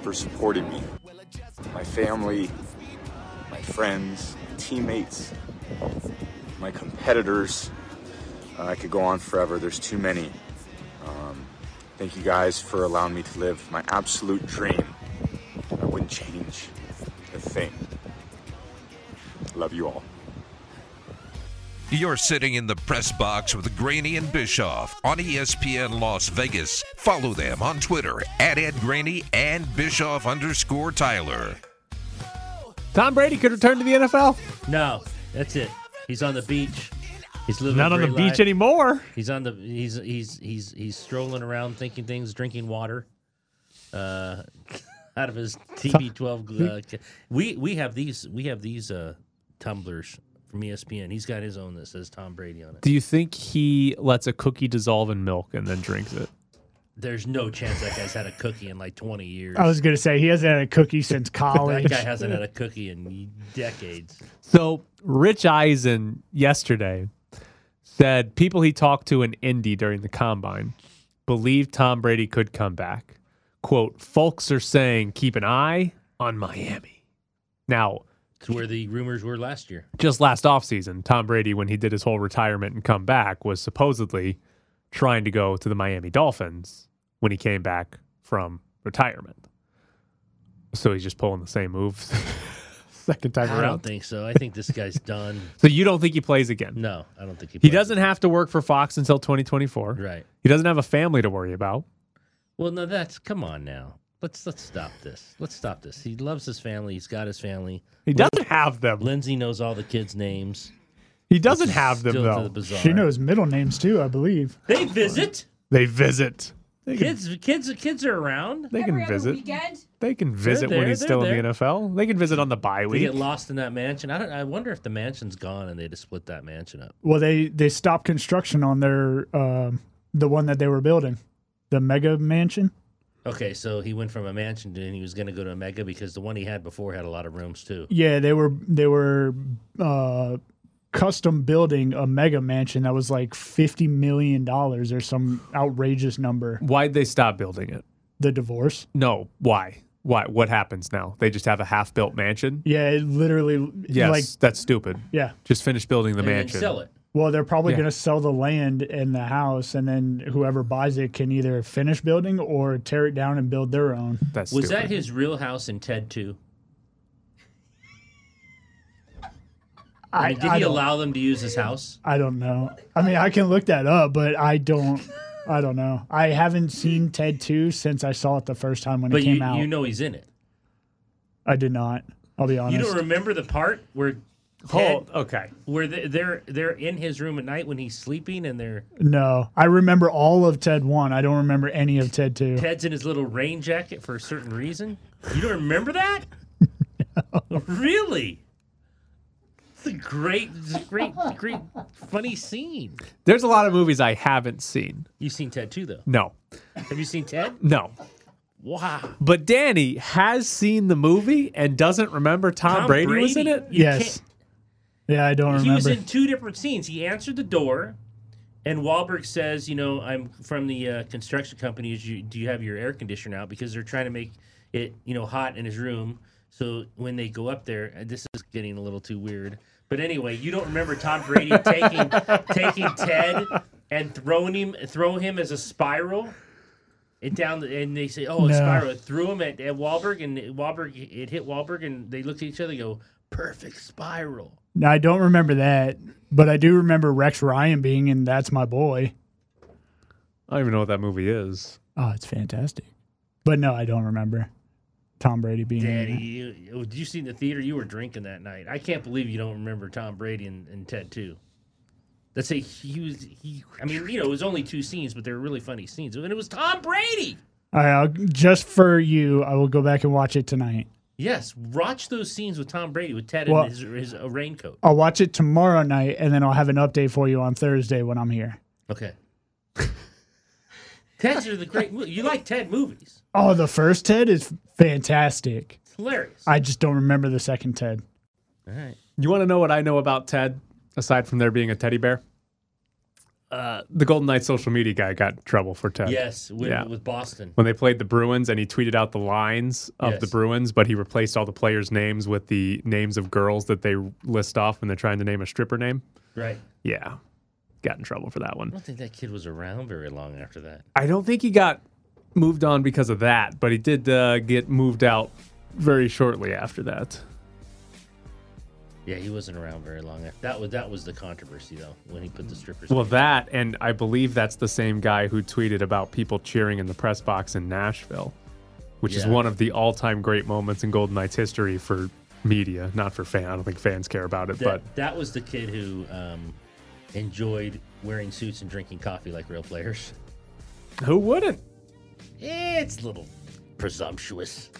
S11: for supporting me. My family, my friends, teammates, my competitors. Uh, I could go on forever. There's too many. Um, thank you guys for allowing me to live my absolute dream. I wouldn't change a thing. Love you all.
S4: You're sitting in the press box with Graney and Bischoff on E ESPN Las Vegas. Follow them on Twitter at Ed Graney and Bischoff underscore Tyler.
S1: Tom Brady could return to the NFL?
S2: No, that's it. He's on the beach. He's living
S1: Not
S2: a
S1: on the
S2: great
S1: beach
S2: life.
S1: anymore.
S2: He's on the he's he's he's he's strolling around, thinking things, drinking water, uh, out of his TB12. Uh, we we have these we have these uh, tumblers from E ESPN. He's got his own that says Tom Brady on it.
S1: Do you think he lets a cookie dissolve in milk and then drinks it?
S2: There's no chance that guy's had a cookie in like 20 years.
S3: I was gonna say he hasn't had a cookie since college.
S2: that guy hasn't had a cookie in decades.
S1: So Rich Eisen yesterday said people he talked to in Indy during the combine believe Tom Brady could come back. Quote, folks are saying keep an eye on Miami. Now,
S2: It's where the rumors were last year.
S1: just last offseason, Tom Brady, when he did his whole retirement and come back, was supposedly trying to go to the Miami Dolphins when he came back from retirement. So he's just pulling the same moves second time
S2: I
S1: around.
S2: don't think so. I think this guy's done.
S1: So you don't think he plays again?
S2: No, I don't think he.
S1: He
S2: plays.
S1: doesn't have to work for Fox until 2024.
S2: Right.
S1: He doesn't have a family to worry about.
S2: Well, no, that's come on now. Let's let's stop this. Let's stop this. He loves his family. He's got his family.
S1: He doesn't have them.
S2: Lindsay knows all the kids' names.
S1: He doesn't have them
S2: Still to the
S1: though.
S2: bizarre.
S3: She knows middle names too, I believe.
S2: They visit.
S1: They visit. They can,
S2: Kids, kids, kids are around.
S1: they can visit.
S10: Weekend?
S1: They can visit
S2: there,
S1: when he's
S2: they're
S1: still in the
S2: there.
S1: NFL. They can visit on the bye
S2: They
S1: week.
S2: get lost in that mansion. I don't. I wonder if the mansion's gone and they just split that mansion up.
S3: Well, they they stopped construction on their um, the one that they were building, the mega mansion.
S2: Okay, so he went from a mansion to and he was going to go to a mega because the one he had before had a lot of rooms too.
S3: Yeah, they were they were uh, custom building a mega mansion that was like fifty million dollars or some outrageous number.
S1: Why'd they stop building it?
S3: The divorce.
S1: No. Why? Why? What happens now? They just have a half-built mansion.
S3: Yeah, it literally.
S1: Yes,
S3: Like
S1: that's stupid.
S3: yeah.
S1: Just finish building the
S2: And then
S1: mansion.
S2: sell it.
S3: Well, they're probably
S1: Yeah.
S3: going to sell the land and the house, and then whoever buys it can either finish building or tear it down and build their own.
S1: That's
S2: Was
S1: stupid.
S2: that his real house in Ted too? I mean, did
S3: I
S2: he
S3: don't-
S2: allow them to use his house?
S3: I don't know. I mean, I can look that up, but I don't. I don't know. I haven't seen Ted 2 since I saw it the first time when
S2: but
S3: it came
S2: you,
S3: out.
S2: you know he's in it.
S3: I did not. I'll be honest.
S2: You don't remember the part where?
S3: Hold-
S2: okay. Where they- they're they're in his room at night when he's sleeping, and they're
S3: no, I remember all of Ted 1. I don't remember any of Ted 2.
S2: Ted's in his little rain jacket for a certain reason. You don't remember that? Really? It's a great, it's a great, great, funny scene.
S1: There's a lot of movies I haven't seen.
S2: You've seen Ted too, though.
S1: No,
S2: Have you seen Ted?
S1: no.
S2: Wow.
S1: But Danny has seen the movie and doesn't remember Tom,
S2: Tom
S1: Brady, was in
S2: Brady?
S1: it.
S2: You Yes.
S3: Yeah, I don't
S2: he was
S3: remember.
S2: in two different scenes. He answered the door, and Wahlberg says, "You know, I'm from the uh, construction company. Do you, do you have your air conditioner out? Because they're trying to make it, you know, hot in his room. So when they go up there, and this is getting a little too weird. But anyway, you don't remember Tom Brady taking taking Ted and throwing him throw him as a spiral." It down the, and they say, "Oh, it's
S9: No.
S2: spiral." It threw him at, at Wahlberg, and Wahlberg it hit Wahlberg, and they looked at each other, and go, "Perfect spiral."
S3: No, I don't remember that, but I do remember Rex Ryan being in That's My Boy.
S1: I don't even know what that movie is.
S3: Oh, it's fantastic. But no, I don't remember Tom Brady being
S2: Daddy,
S3: in it.
S2: you, oh, did you see in the theater? You were drinking that night. I can't believe you don't remember Tom Brady and, and Ted too. That's a huge. He, I mean, you know, it was only two scenes, but they were really funny scenes, and it was Tom Brady.
S3: All right, I'll, just for you, I will go back and watch it tonight.
S2: Yes, watch those scenes with Tom Brady with Ted
S3: Well-
S2: in his, his uh, raincoat.
S3: I'll watch it tomorrow night, and then I'll have an update for you on Thursday when I'm here.
S2: Okay. Ted's are the great. mo- You like Ted movies?
S3: Oh, the first Ted is fantastic.
S2: It's hilarious.
S3: I just don't remember the second Ted.
S2: All right.
S1: You want to know what I know about Ted, aside from there being a teddy bear? Uh, the Golden Knights social media guy got in trouble for Ted.
S2: Yes, with, with Boston.
S1: When they played the Bruins and he tweeted out the lines of the
S2: Yes.
S1: Bruins, but he replaced all the players' names with the names of girls that they list off when they're trying to name a stripper name.
S2: Right.
S1: Yeah. Got in trouble for that
S2: I
S1: one.
S2: don't think that kid was around very long after that.
S1: I don't think he got moved on because of that, but he did uh, get moved out very shortly after that.
S2: Yeah, he wasn't around very long. after- That was that was the controversy though when he put the strippers.
S1: Well, that, and I believe that's the same guy who tweeted about people cheering in the press box in Nashville, which is
S2: Yeah.
S1: one of the all time great moments in Golden Knights history for media, not for fan. I don't think fans care about it,
S2: that,
S1: but
S2: that was the kid who um, enjoyed wearing suits and drinking coffee like real players.
S1: who wouldn't?
S2: It's a little presumptuous.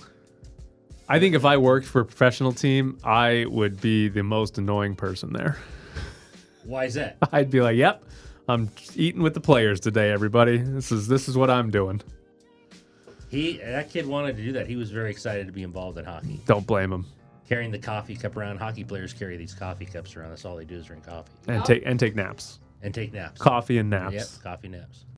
S1: I think if I worked for a professional team, I would be the most annoying person there.
S2: Why is that?
S1: I'd be like, "Yep, I'm eating with the players today, everybody. This is this is what I'm doing."
S2: He that kid wanted to do that. He was very excited to be involved in hockey,
S1: Don't blame him.
S2: carrying the coffee cup around. Hockey players carry these coffee cups around. That's all they do is drink coffee
S1: And take and take naps.
S2: and take naps.
S1: Coffee and naps.
S2: Yep, coffee naps.